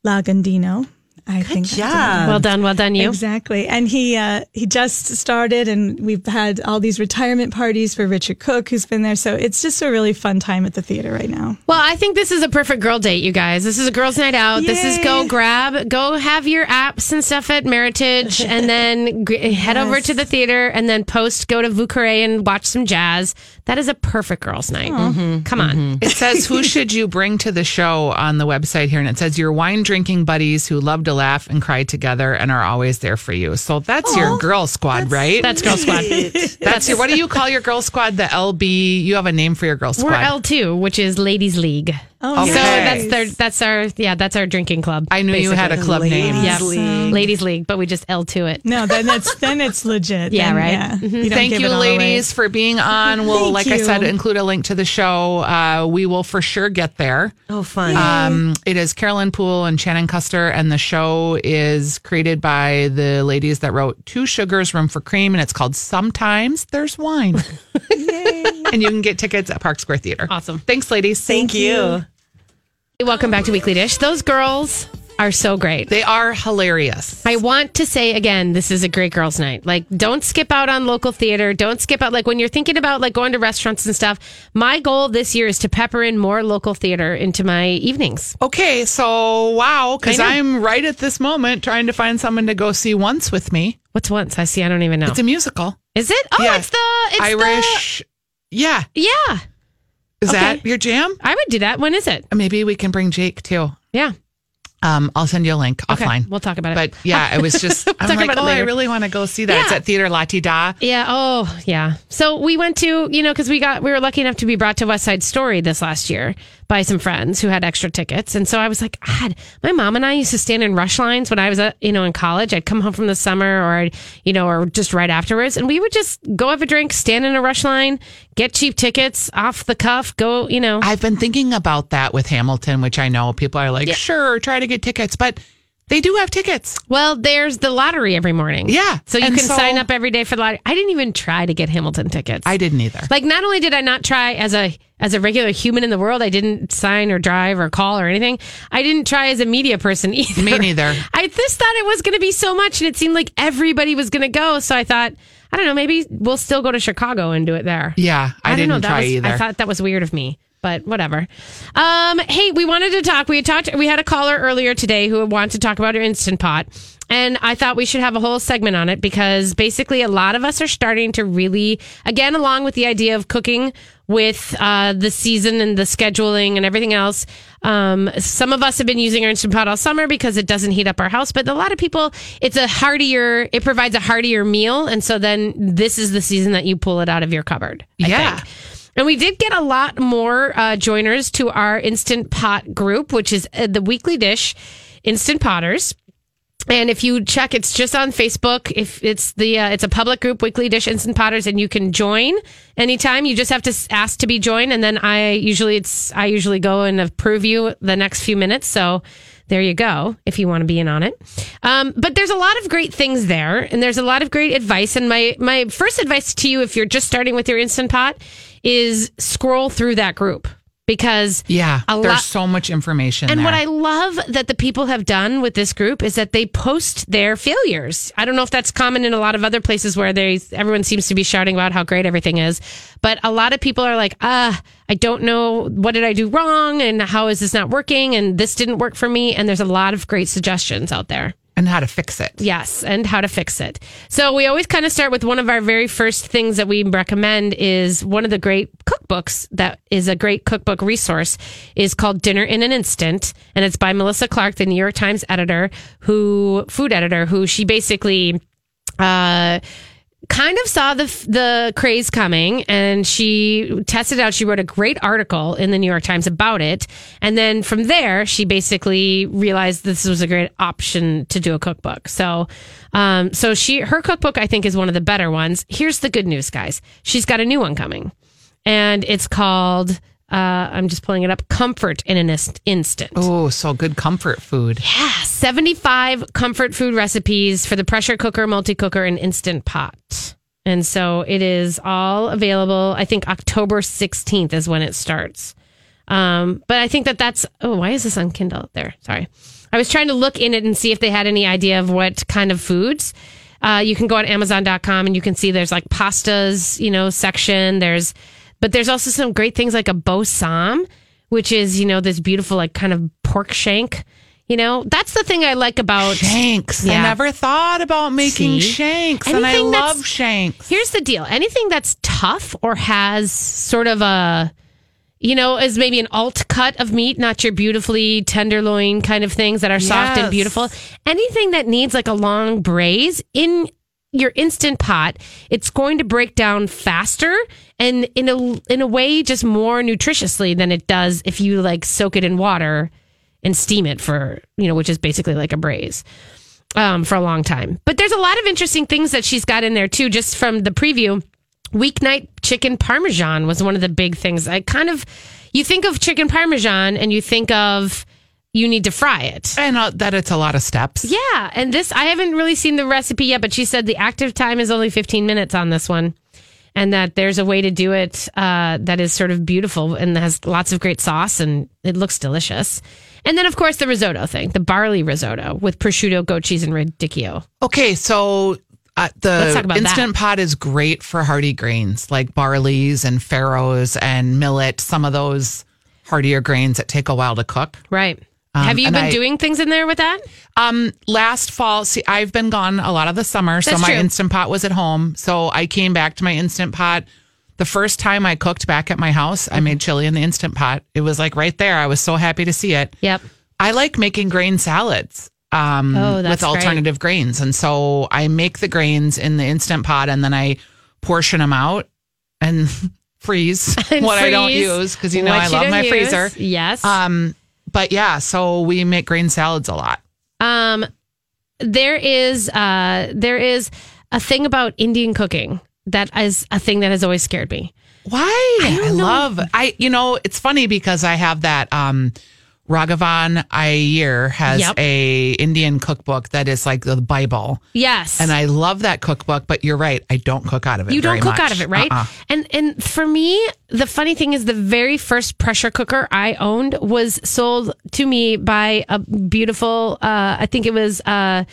Speaker 7: Lagandino. I think. that's
Speaker 8: job.
Speaker 2: well done, well done, you.
Speaker 7: Exactly. And he uh, he just started and we've had all these retirement parties for Richard Cook who's been there. So it's just a really fun time at the theater right now.
Speaker 2: Well, I think this is a perfect girl date, you guys. This is a girls' night out. This is go grab, go have your apps and stuff at Meritage, and then g- head over to the theater, and then post go to Vucare and watch some jazz. That is a perfect girls' night. Mm-hmm. Come on.
Speaker 1: It says, Who should you bring to the show on the website here? And it says, Your wine drinking buddies who love to laugh and cry together and are always there for you. So that's your girl squad, right?
Speaker 2: That's girl squad.
Speaker 1: That's, your, what do you call your girl squad? The LB. You have a name for your girl squad.
Speaker 2: We're L two, which is ladies' league.
Speaker 7: Oh,
Speaker 1: Okay.
Speaker 2: So
Speaker 1: nice.
Speaker 2: that's their that's our yeah that's our drinking club.
Speaker 1: I knew you had a club name.
Speaker 2: Yes, ladies' league, but we just L two it.
Speaker 7: No, then that's then it's legit.
Speaker 2: Yeah,
Speaker 7: Then,
Speaker 2: right.
Speaker 7: You don't
Speaker 1: Mm-hmm. Thank
Speaker 7: give
Speaker 1: you,
Speaker 7: it all away.
Speaker 1: ladies, for being on. We'll,
Speaker 7: Thank
Speaker 1: like I said,
Speaker 7: you.
Speaker 1: include a link to the show. Uh, we will for sure get there.
Speaker 8: Oh, fun.
Speaker 1: Um, it is Carolyn Poole and Shannon Custer, and the show is created by the ladies that wrote Two Sugars, Room for Cream, and it's called Sometimes There's Wine. and you can get tickets at Park Square Theater.
Speaker 2: Awesome.
Speaker 1: Thanks, ladies.
Speaker 8: Thank you.
Speaker 2: Hey, Welcome back to Weekly Dish. Those girls are so great.
Speaker 1: They are hilarious.
Speaker 2: I want to say again, this is a great girls' night. Like, don't skip out on local theater. Don't skip out. Like, when you're thinking about like going to restaurants and stuff, my goal this year is to pepper in more local theater into my evenings.
Speaker 1: Okay, so wow, because
Speaker 2: I know.
Speaker 1: I'm right at this moment trying to find someone to go see once with me.
Speaker 2: What's once? I see. I don't even know.
Speaker 1: It's a musical.
Speaker 2: is it? Oh,
Speaker 1: Yeah.
Speaker 2: it's the it's
Speaker 1: Irish. Yeah.
Speaker 2: The, yeah,
Speaker 1: Is that
Speaker 2: Okay.
Speaker 1: your jam?
Speaker 2: I would do that. When is it?
Speaker 1: Maybe we can bring Jake too.
Speaker 2: Yeah.
Speaker 1: Um, I'll send you a link
Speaker 2: Okay.
Speaker 1: offline.
Speaker 2: We'll talk about it.
Speaker 1: But yeah, it was just I'm
Speaker 2: talk
Speaker 1: like,
Speaker 2: about it
Speaker 1: oh, I
Speaker 2: later."
Speaker 1: really want to go see that. It's
Speaker 2: Yeah.
Speaker 1: at Theater Latida.
Speaker 2: Yeah. Oh, yeah. So we went to, you know, because we got, we were lucky enough to be brought to West Side Story this last year by some friends who had extra tickets. And so I was like, God, my mom and I used to stand in rush lines when I was, uh, you know, in college. I'd come home from the summer or, I'd, you know, or just right afterwards. And we would just go have a drink, stand in a rush line, get cheap tickets off the cuff, go, you know.
Speaker 1: I've been thinking about that with Hamilton, which I know people are like, sure, try to get tickets, but they do have tickets.
Speaker 2: well, there's the lottery every morning.
Speaker 1: Yeah.
Speaker 2: So you
Speaker 1: And
Speaker 2: can
Speaker 1: so-
Speaker 2: sign up every day for the lottery. I didn't even try to get Hamilton tickets.
Speaker 1: I didn't either.
Speaker 2: like not only did I not try as a as a regular human in the world, I didn't sign or drive or call or anything. I didn't try as a media person either.
Speaker 1: Me neither.
Speaker 2: I just thought it was going to be so much, and it seemed like everybody was going to go. So I thought, I don't know, maybe we'll still go to Chicago and do it there.
Speaker 1: Yeah, I,
Speaker 2: don't
Speaker 1: didn't
Speaker 2: know. That
Speaker 1: try
Speaker 2: was,
Speaker 1: either.
Speaker 2: I thought that was weird of me, but whatever. Um, hey, we wanted to talk. We had talked. We had a caller earlier today who wanted to talk about her instant pot, and I thought we should have a whole segment on it because basically a lot of us are starting to really, again, along with the idea of cooking with uh, the season and the scheduling and everything else. Um, some of us have been using our instant pot all summer because it doesn't heat up our house, but a lot of people, it's a heartier. It provides a heartier meal, and so then this is the season that you pull it out of your cupboard. I
Speaker 1: Yeah.
Speaker 2: think. And we did get a lot more uh, joiners to our Instant Pot group, which is uh, the weekly dish, Instant Potters. And if you check, it's just on Facebook. If it's the uh, it's a public group, Weekly Dish Instant Potters, and you can join anytime. You just have to s- ask to be joined, and then I usually it's I usually go and approve you the next few minutes. So there you go. If you want to be in on it, um, but there's a lot of great things there, and there's a lot of great advice. And my my first advice to you, if you're just starting with your instant pot, is scroll through that group because
Speaker 1: Yeah,
Speaker 2: a
Speaker 1: there's
Speaker 2: lot-
Speaker 1: so much information.
Speaker 2: and
Speaker 1: there.
Speaker 2: what I love that the people have done with this group is that they post their failures. I don't know if that's common in a lot of other places where they everyone seems to be shouting about how great everything is, but a lot of people are like, "Ah, I don't know what did I do wrong and how is this not working and this didn't work for me." And there's a lot of great suggestions out there.
Speaker 1: and how to fix it.
Speaker 2: Yes, and how to fix it. So we always kind of start with one of our very first things that we recommend is one of the great cookbooks that is a great cookbook resource is called Dinner in an Instant, and it's by Melissa Clark, the New York Times editor, who food editor, who she basically uh, kind of saw the the craze coming and she tested it out she wrote a great article in the New York Times about it and then from there she basically realized this was a great option to do a cookbook so um so she her cookbook I think is one of the better ones here's the good news guys she's got a new one coming and it's called uh I'm just pulling it up comfort in an Inst- instant
Speaker 1: Oh, so good comfort food.
Speaker 2: yeah, 75 comfort food recipes for the pressure cooker, multi cooker, and instant pot. And so it is all available. I think October 16th is when it starts. Um, but I think that that's, oh, why is this on Kindle there? Sorry. I was trying to look in it and see if they had any idea of what kind of foods. Uh, you can go on Amazon.com and you can see there's like pastas, you know, section. There's, but there's also some great things like a bosom, which is, you know, this beautiful, like kind of pork shank. You know, that's the thing I like about
Speaker 1: Oh, Shanks. I
Speaker 2: Yeah.
Speaker 1: never thought about making
Speaker 2: See?
Speaker 1: shanks,
Speaker 2: Anything
Speaker 1: and I
Speaker 2: that's-
Speaker 1: love shanks.
Speaker 2: Here's the deal. Anything that's tough or has sort of a you know, is maybe an alt cut of meat, not your beautifully tenderloin kind of things that are soft and
Speaker 1: Yes.
Speaker 2: beautiful. Anything that needs like a long braise in your instant pot, it's going to break down faster and in a in a way just more nutritiously than it does if you like soak it in water and steam it for, you know, which is basically like a braise um, for a long time. But there's a lot of interesting things that she's got in there too, just from the preview. Weeknight chicken parmesan was one of the big things. I kind of, you think of chicken parmesan and you think of you need to fry it.
Speaker 1: And uh, that it's a lot of steps.
Speaker 2: Yeah. And this, I haven't really seen the recipe yet, but she said the active time is only 15 minutes on this one. And that there's a way to do it uh, that is sort of beautiful and has lots of great sauce and it looks delicious. And then, of course, the risotto thing, the barley risotto with prosciutto, goat cheese, and radicchio.
Speaker 1: Okay, so uh,
Speaker 2: Let's
Speaker 1: the
Speaker 2: talk about
Speaker 1: instant pot is great for hearty grains like barley's and farrows and millet. Some of those heartier grains that take a while to cook.
Speaker 2: Right. Have you
Speaker 1: Um, and
Speaker 2: been
Speaker 1: I-
Speaker 2: doing things in there with that?
Speaker 1: Um, last fall, see, I've been gone a lot of the summer, so
Speaker 2: That's
Speaker 1: my
Speaker 2: true.
Speaker 1: instant pot was at home. So I came back to my instant pot. The first time I cooked back at my house, I made chili in the instant pot. It was like right there. I was so happy to see it.
Speaker 2: Yep.
Speaker 1: I like making grain salads um,
Speaker 2: Oh, that's
Speaker 1: with alternative grains. And so I make the grains in the Instant Pot and then I portion them out and freeze
Speaker 2: And
Speaker 1: what I don't
Speaker 2: freeze
Speaker 1: use because you know
Speaker 2: what
Speaker 1: I love
Speaker 2: don't
Speaker 1: my
Speaker 2: use.
Speaker 1: freezer.
Speaker 2: Yes.
Speaker 1: Um, but yeah, so we make grain salads a lot.
Speaker 2: Um, there is uh, there is a thing about Indian cooking that is a thing that has always scared me.
Speaker 1: Why? I,
Speaker 2: don't know.
Speaker 1: love I you know, it's funny because I have that um Raghavan Iyer has
Speaker 2: Yep.
Speaker 1: a Indian cookbook that is like the Bible.
Speaker 2: Yes,
Speaker 1: And I love that cookbook, but you're right, I don't cook out of it.
Speaker 2: you don't
Speaker 1: very
Speaker 2: cook
Speaker 1: much.
Speaker 2: out of it, right?
Speaker 1: Uh-uh.
Speaker 2: And and for me, the funny thing is, the very first pressure cooker I owned was sold to me by a beautiful. Uh, I think it was uh,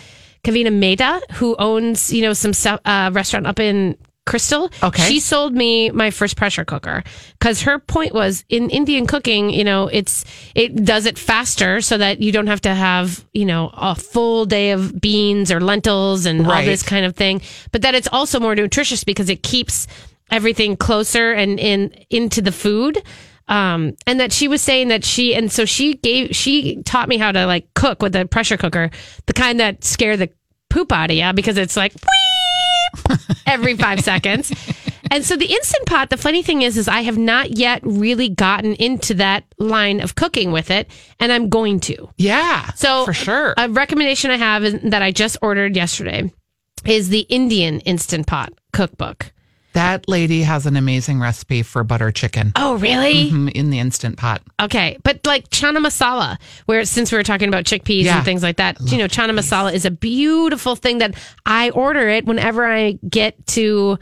Speaker 2: Kavina Mehta, who owns you know some se- uh, restaurant up in Crystal.
Speaker 1: Okay.
Speaker 2: she sold me my first pressure cooker because her point was in Indian cooking, you know, it's it does it faster so that you don't have to have you know a full day of beans or lentils and all
Speaker 1: Right.
Speaker 2: this kind of thing, but that it's also more nutritious because it keeps everything closer and in into the food. Um, and that she was saying that she and so she gave she taught me how to like cook with a pressure cooker, the kind that scare the poop out of you because it's like every five seconds. And so the instant pot, the funny thing is, is I have not yet really gotten into that line of cooking with it, and I'm going to.
Speaker 1: Yeah.
Speaker 2: So
Speaker 1: for sure.
Speaker 2: a recommendation I have is, that I just ordered yesterday is the Indian instant pot cookbook.
Speaker 1: That lady has an amazing recipe for butter chicken
Speaker 2: Oh, really?
Speaker 1: Mhm, in the instant pot.
Speaker 2: Okay, but like chana masala, where since we were talking about chickpeas
Speaker 1: Yeah.
Speaker 2: and things like that, you know, chana masala is a beautiful thing that I order it whenever I get to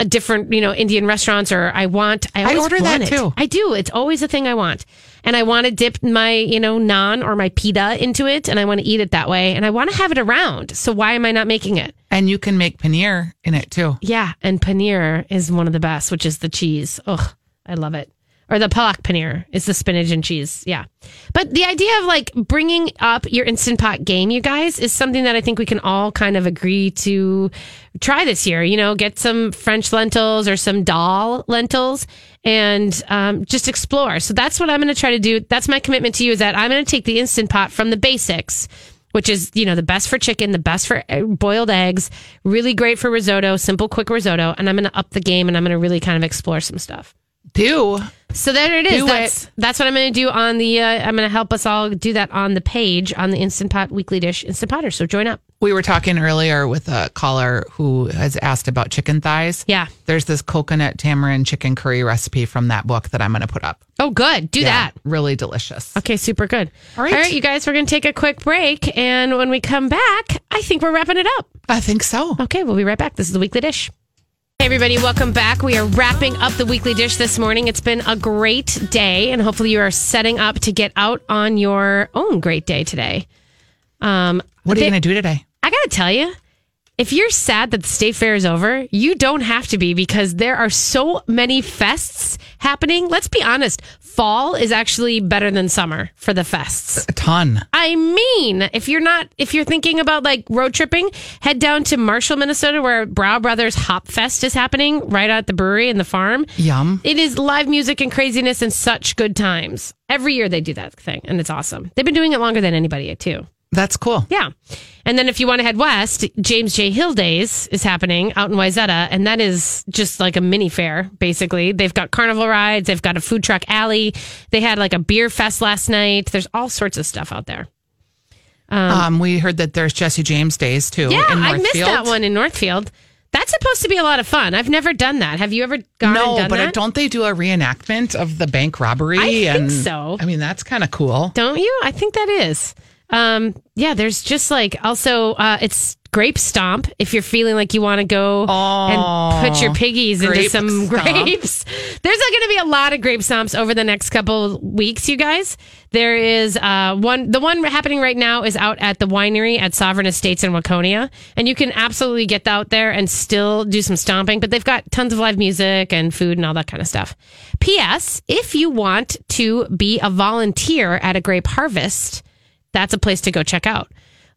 Speaker 2: a different, you know, Indian restaurants or I want. I, always
Speaker 1: order
Speaker 2: want
Speaker 1: that,
Speaker 2: it.
Speaker 1: too.
Speaker 2: I do. It's always a thing I want, and I want to dip my, you know, naan or my pita into it, and I want to eat it that way, and I want to have it around. So why am I not making it?
Speaker 1: And you can make paneer in it too.
Speaker 2: Yeah, and paneer is one of the best, which is the cheese. Ugh, I love it. Or the palak paneer is the spinach and cheese. Yeah. But the idea of like bringing up your Instant Pot game, you guys, is something that I think we can all kind of agree to try this year. You know, get some French lentils or some dal lentils and um, just explore. So that's what I'm going to try to do. That's my commitment to you is that I'm going to take the Instant Pot from the basics which is you know the best for chicken, the best for uh, boiled eggs, really great for risotto, simple quick risotto. And I'm going to up the game and I'm going to really kind of explore some stuff.
Speaker 1: Do
Speaker 2: So there it is.
Speaker 1: Do
Speaker 2: that's that's what I'm going to do on the. Uh, I'm going to help us all do that on the page on the Instant Pot Weekly Dish Instant Potter. So join up.
Speaker 1: we were talking earlier with a caller who has asked about chicken thighs.
Speaker 2: Yeah.
Speaker 1: There's this coconut tamarind chicken curry recipe from that book that I'm going to put up.
Speaker 2: Oh, good. Do that.
Speaker 1: Really delicious.
Speaker 2: Okay, super good. All
Speaker 1: right.
Speaker 2: All right, you guys, we're going to take a quick break. And when we come back, I think we're wrapping it up.
Speaker 1: I think so.
Speaker 2: Okay, we'll be right back. This is the Weekly Dish. Hey, everybody, welcome back. We are wrapping up the Weekly Dish this morning. It's been a great day, and hopefully, you are setting up to get out on your own great day today. Um,
Speaker 1: What are you
Speaker 2: they-
Speaker 1: going to do today?
Speaker 2: I got to tell you, if you're sad that the state fair is over, you don't have to be because there are so many fests happening. Let's be honest, fall is actually better than summer for the fests.
Speaker 1: A ton.
Speaker 2: I mean, if you're not, if you're thinking about like road tripping, head down to Marshall, Minnesota, where Brow Brothers Hop Fest is happening right out at the brewery and the farm.
Speaker 1: Yum.
Speaker 2: It is live music and craziness and such good times. Every year they do that thing, and it's awesome. They've been doing it longer than anybody, too.
Speaker 1: That's cool.
Speaker 2: Yeah. And then if you want to head west, James J. Hill Days is happening out in Wayzata. And that is just like a mini fair, basically. They've got carnival rides. They've got a food truck alley. They had like a beer fest last night. There's all sorts of stuff out there.
Speaker 1: Um, we heard that there's Jesse James days too.
Speaker 2: Yeah,
Speaker 1: Oh, in
Speaker 2: I missed
Speaker 1: Northfield.
Speaker 2: that one in Northfield. That's supposed to be a lot of fun. I've never done that. Have you ever gone and
Speaker 1: No,
Speaker 2: done
Speaker 1: but
Speaker 2: that?
Speaker 1: don't they do a reenactment of the bank robbery?
Speaker 2: I think
Speaker 1: and,
Speaker 2: so.
Speaker 1: I mean, that's kind of cool.
Speaker 2: Don't you? I think that is. Um, yeah, there's just like also uh, it's grape stomp if you're feeling like you want to go and put your piggies into
Speaker 1: grape
Speaker 2: some
Speaker 1: stomp.
Speaker 2: grapes. There's going to be a lot of grape stomps over the next couple weeks, you guys. There is uh, one. The one happening right now is out at the winery at Sovereign Estates in Waconia, and you can absolutely get out there and still do some stomping. But they've got tons of live music and food and all that kind of stuff. P.S. If you want to be a volunteer at a grape harvest, that's a place to go check out.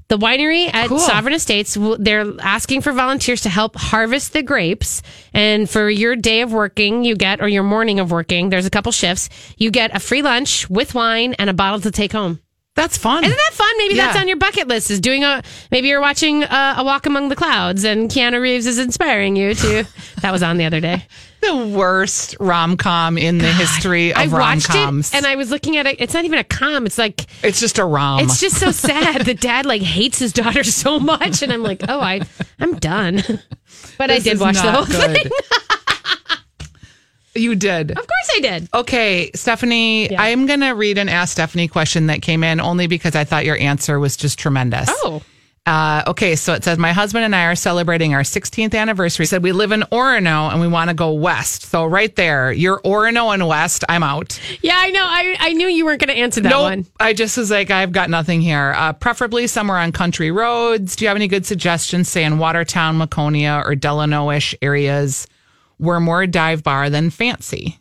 Speaker 2: The winery at Sovereign Estates, w- they're asking for volunteers to help harvest the grapes. And for your day of working, you get, or your morning of working, there's a couple shifts, you get a free lunch with wine and a bottle to take home.
Speaker 1: That's fun.
Speaker 2: Isn't that fun? Maybe that's
Speaker 1: Yeah.
Speaker 2: on your bucket list is doing a, maybe you're watching uh, A Walk Among the Clouds and Keanu Reeves is inspiring you to, that was on the other day.
Speaker 1: the worst rom com in the history
Speaker 2: I
Speaker 1: of rom
Speaker 2: watched
Speaker 1: coms?
Speaker 2: it and I was looking at it. It's not even a com. It's like,
Speaker 1: it's just a rom.
Speaker 2: It's just so sad. the dad like hates his daughter so much, and I'm like, oh, I, I'm done. But I
Speaker 1: This
Speaker 2: did
Speaker 1: is
Speaker 2: watch the
Speaker 1: not
Speaker 2: whole thing.
Speaker 1: good. you did.
Speaker 2: Of course, I did.
Speaker 1: Okay, Stephanie,
Speaker 2: Yeah.
Speaker 1: I'm going to read an Ask Stephanie question that came in only because I thought your answer was just tremendous.
Speaker 2: Oh,
Speaker 1: Uh, okay, so it says my husband and I are celebrating our 16th anniversary. Said we live in Orono and we want to go west. So right there, you're Orono and west. I'm out.
Speaker 2: yeah, I know. I, I knew you weren't going to answer that
Speaker 1: Nope.
Speaker 2: one.
Speaker 1: I just was like, I've got nothing here. Uh, preferably somewhere on country roads. Do you have any good suggestions? Say in Watertown, Laconia, or Delano-ish areas where more dive bar than fancy.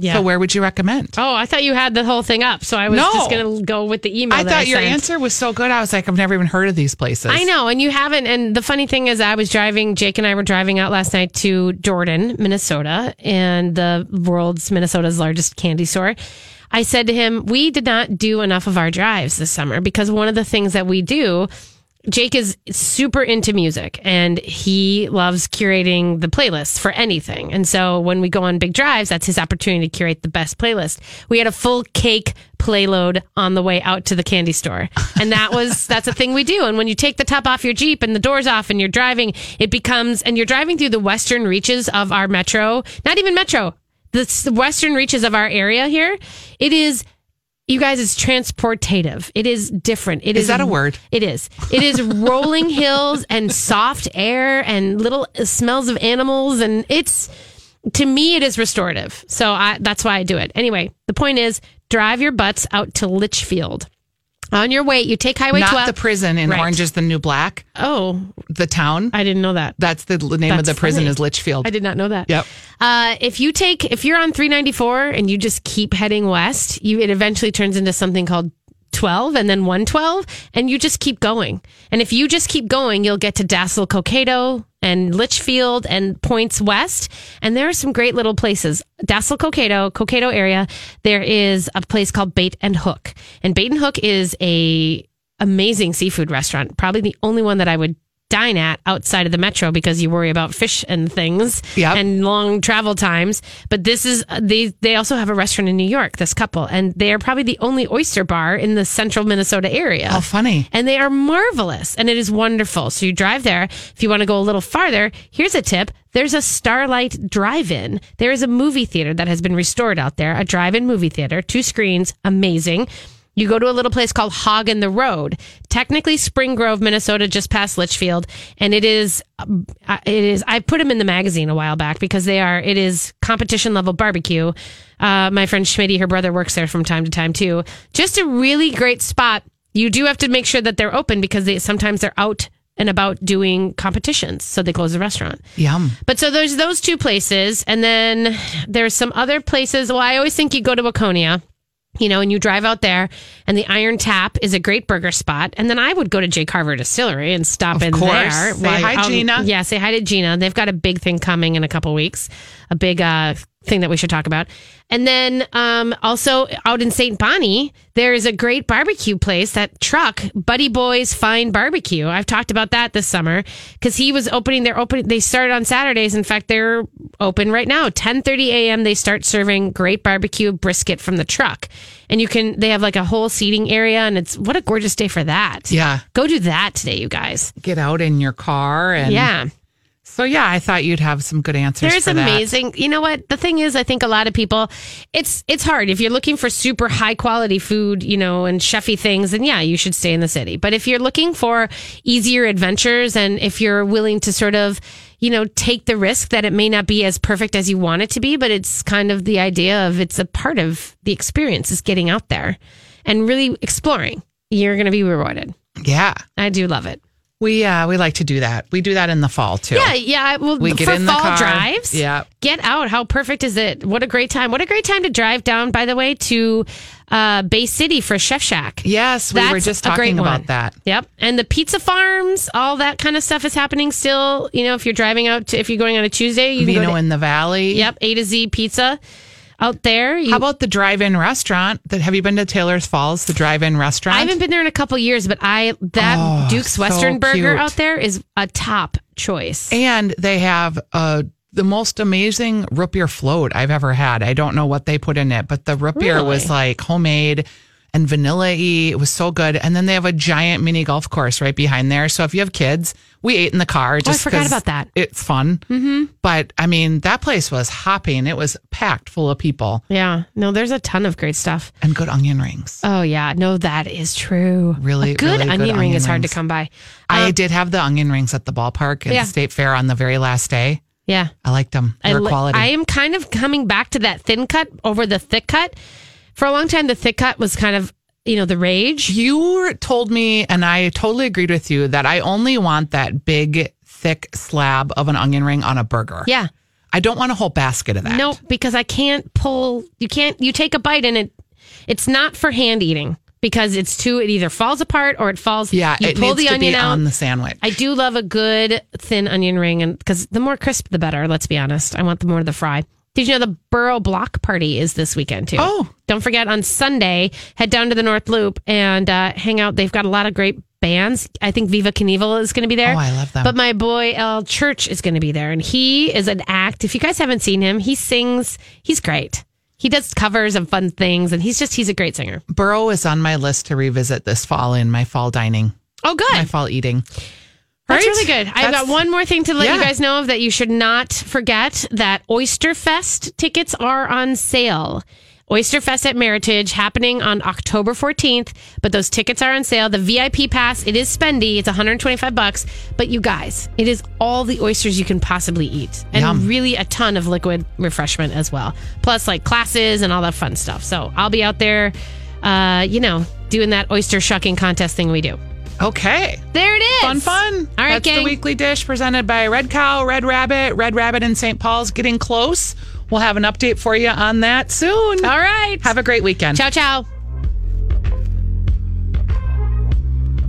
Speaker 2: Yeah.
Speaker 1: So where would you recommend?
Speaker 2: oh, I thought you had the whole thing up, so I was
Speaker 1: No.
Speaker 2: just going to go with the email.
Speaker 1: I
Speaker 2: that
Speaker 1: thought your
Speaker 2: sent.
Speaker 1: answer was so good. I was like, I've never even heard of these places.
Speaker 2: I know, and you haven't. And the funny thing is, I was driving. Jake and I were driving out last night to Jordan, Minnesota, and the world's Minnesota's largest candy store. I said to him, "We did not do enough of our drives this summer because one of the things that we do." Jake is super into music and he loves curating the playlist for anything. And so when we go on big drives, that's his opportunity to curate the best playlist. We had a full cake playload on the way out to the candy store. And that was that's a thing we do. And when you take the top off your Jeep and the doors off and you're driving, it becomes and you're driving through the western reaches of our metro, not even metro, the s- western reaches of our area here. It is you guys, it's transportative. It is different. It is
Speaker 1: that a word?
Speaker 2: It is. It is rolling hills and soft air and little smells of animals, and it's to me it is restorative. So I, that's why I do it. Anyway, the point is, drive your butts out to Litchfield. On your way, you take Highway
Speaker 1: Not
Speaker 2: 12.
Speaker 1: the prison in
Speaker 2: Right.
Speaker 1: Orange is the New Black,
Speaker 2: Oh,
Speaker 1: the town.
Speaker 2: I didn't know that.
Speaker 1: That's the l- name of
Speaker 2: That's
Speaker 1: the prison
Speaker 2: funny.
Speaker 1: is Litchfield.
Speaker 2: I did not know that.
Speaker 1: Yep.
Speaker 2: Uh, if you take, if you're on 394 and you just keep heading west, you it eventually turns into something called 12 and then 112, and you just keep going. And if you just keep going, you'll get to Dassel Cocato and Litchfield and points west. And there are some great little places. Dassel Cocato, Cocato area, there is a place called Bait and Hook. And Bait and Hook is a amazing seafood restaurant. Probably the only one that I would dine at outside of the metro because you worry about fish and things
Speaker 1: Yep.
Speaker 2: and long travel times. But this is uh, they they also have a restaurant in New York. This couple and they are probably the only oyster bar in the central Minnesota area.
Speaker 1: Oh, funny.
Speaker 2: And they are marvelous and it is wonderful. So you drive there. If you want to go a little farther, here's a tip. There's a Starlight Drive In. There is a movie theater that has been restored out there, a drive in movie theater, two screens, amazing. You go to a little place called Hog in the Road, technically Spring Grove, Minnesota, just past Litchfield, and it is, um, uh, it is. I put them in the magazine a while back because they are. It is competition level barbecue. Uh, my friend Schmitty, her brother, works there from time to time too. Just a really great spot. You do have to make sure that they're open because they sometimes they're out and about doing competitions, so they close the restaurant.
Speaker 1: Yum.
Speaker 2: But so there's those two places, and then there's some other places. Well, I always think you go to Waconia, you know, and you drive out there, and the Iron Tap is a great burger spot. And then I would go to Jake Carver Distillery and stop in
Speaker 1: course.
Speaker 2: there. um,
Speaker 1: Say hi, Gina.
Speaker 2: Yeah, say hi to Gina. They've got a big thing coming in a couple weeks, a big uh, thing that we should talk about. And then um, also out in St. Bonnie, there is a great barbecue place, that truck, Buddy Boy's Fine Barbecue. I've talked about that this summer because he was opening their open. They started on Saturdays. In fact, they're open right now. 10.30 a.m. They start serving great barbecue brisket from the truck. And you can, they have like a whole seating area and it's, what a gorgeous day for that.
Speaker 1: Yeah.
Speaker 2: Go do that today, you guys.
Speaker 1: Get out in your car and
Speaker 2: Yeah.
Speaker 1: So yeah, I thought you'd have some good answers.
Speaker 2: There's
Speaker 1: for that.
Speaker 2: amazing. You know what? The thing is, I think a lot of people, it's it's hard if you're looking for super high quality food, you know, and chefy things. Then yeah, you should stay in the city. But if you're looking for easier adventures, and if you're willing to sort of, you know, take the risk that it may not be as perfect as you want it to be, but it's kind of the idea of it's a part of the experience is getting out there and really exploring. You're going to be rewarded.
Speaker 1: Yeah,
Speaker 2: I do love it.
Speaker 1: we uh, we like to do that. We do that in the fall too.
Speaker 2: Yeah, yeah. I- Well,
Speaker 1: We get
Speaker 2: for
Speaker 1: in the
Speaker 2: fall
Speaker 1: car.
Speaker 2: drives,
Speaker 1: Yeah.
Speaker 2: Get out. How perfect is it? What a great time! What a great time to drive down. By the way, to uh, Bay City for Chef Shack.
Speaker 1: Yes, we were just
Speaker 2: a great
Speaker 1: talking about
Speaker 2: one.
Speaker 1: that.
Speaker 2: Yep, and the pizza farms, all that kind of stuff is happening still. You know, if you're driving out, to, if you're going on a Tuesday, you can go
Speaker 1: Vino
Speaker 2: to,
Speaker 1: in the Valley.
Speaker 2: yep A to Z Pizza out there. You,
Speaker 1: How about the drive-in restaurant? That have you been to Taylor's Falls? The drive-in restaurant.
Speaker 2: I haven't been there in a couple years, but I that
Speaker 1: Oh,
Speaker 2: Duke's
Speaker 1: so
Speaker 2: Western Burger
Speaker 1: cute.
Speaker 2: out there is a top choice.
Speaker 1: and they have uh, the most amazing root beer float I've ever had. I don't know what they put in it, but the root beer was
Speaker 2: Really?
Speaker 1: like homemade and vanilla y. It was so good. And then they have a giant mini golf course right behind there. So if you have kids, we ate in the car. Just
Speaker 2: Oh, forgot
Speaker 1: 'cause
Speaker 2: about that.
Speaker 1: It's fun. Mm-hmm. But I mean, that place was hopping. It was packed full of people
Speaker 2: yeah, no, there's a ton of great stuff.
Speaker 1: and good onion rings.
Speaker 2: Oh yeah, no, that is true.
Speaker 1: Really,
Speaker 2: a good
Speaker 1: really good
Speaker 2: onion ring
Speaker 1: onion
Speaker 2: is hard to
Speaker 1: rings.
Speaker 2: come by. Um,
Speaker 1: I did have the onion rings at the ballpark at
Speaker 2: Yeah.
Speaker 1: the state fair on the very last day.
Speaker 2: Yeah,
Speaker 1: I liked them.
Speaker 2: I,
Speaker 1: They were
Speaker 2: li-
Speaker 1: quality.
Speaker 2: I am kind of coming back to that thin cut over the thick cut. For a long time, the thick cut was kind of you know the rage.
Speaker 1: You told me, and I totally agreed with you, that I only want that big, thick slab of an onion ring on a burger.
Speaker 2: Yeah,
Speaker 1: I don't want a whole basket of that.
Speaker 2: no, because I can't pull. You can't. You take a bite and it. It's not for hand eating because it's too. It either falls apart or it falls.
Speaker 1: Yeah,
Speaker 2: you
Speaker 1: it
Speaker 2: pull
Speaker 1: needs
Speaker 2: the
Speaker 1: to
Speaker 2: onion
Speaker 1: be
Speaker 2: out.
Speaker 1: on the sandwich.
Speaker 2: I do love a good thin onion ring, and because the more crisp, the better. Let's be honest. I want the more the fry. Did you know the Borough Block Party is this weekend too?
Speaker 1: Oh.
Speaker 2: don't forget on Sunday, head down to the North Loop and uh, hang out. They've got a lot of great bands. I think Viva Knievel is going to be there.
Speaker 1: Oh, I love them.
Speaker 2: But my boy L Church is going to be there, and he is an act. If you guys haven't seen him, he sings. He's great. He does covers of fun things, and he's just he's a great singer.
Speaker 1: Burrow is on my list to revisit this fall in my fall dining,
Speaker 2: Oh, good.
Speaker 1: my fall eating.
Speaker 2: That's
Speaker 1: Right?
Speaker 2: really good. I've
Speaker 1: That's-
Speaker 2: got one more thing to let
Speaker 1: Yeah.
Speaker 2: you guys know of that you should not forget that Oysterfest tickets are on sale. Oysterfest at Meritage happening on October 14th, but those tickets are on sale. The VIP pass, it is spendy. It's 125 bucks, but you guys, it is all the oysters you can possibly eat and
Speaker 1: Yum.
Speaker 2: really a ton of liquid refreshment as well. Plus like classes and all that fun stuff. So, I'll be out there uh, you know, doing that oyster shucking contest thing we do.
Speaker 1: Okay.
Speaker 2: There it is.
Speaker 1: Fun, fun.
Speaker 2: All right,
Speaker 1: That's the
Speaker 2: gang.
Speaker 1: weekly dish presented by Red Cow, Red Rabbit, Red Rabbit in St. Paul's. Getting close. We'll have an update for you on that soon.
Speaker 2: All right.
Speaker 1: Have a great weekend.
Speaker 2: Ciao, ciao.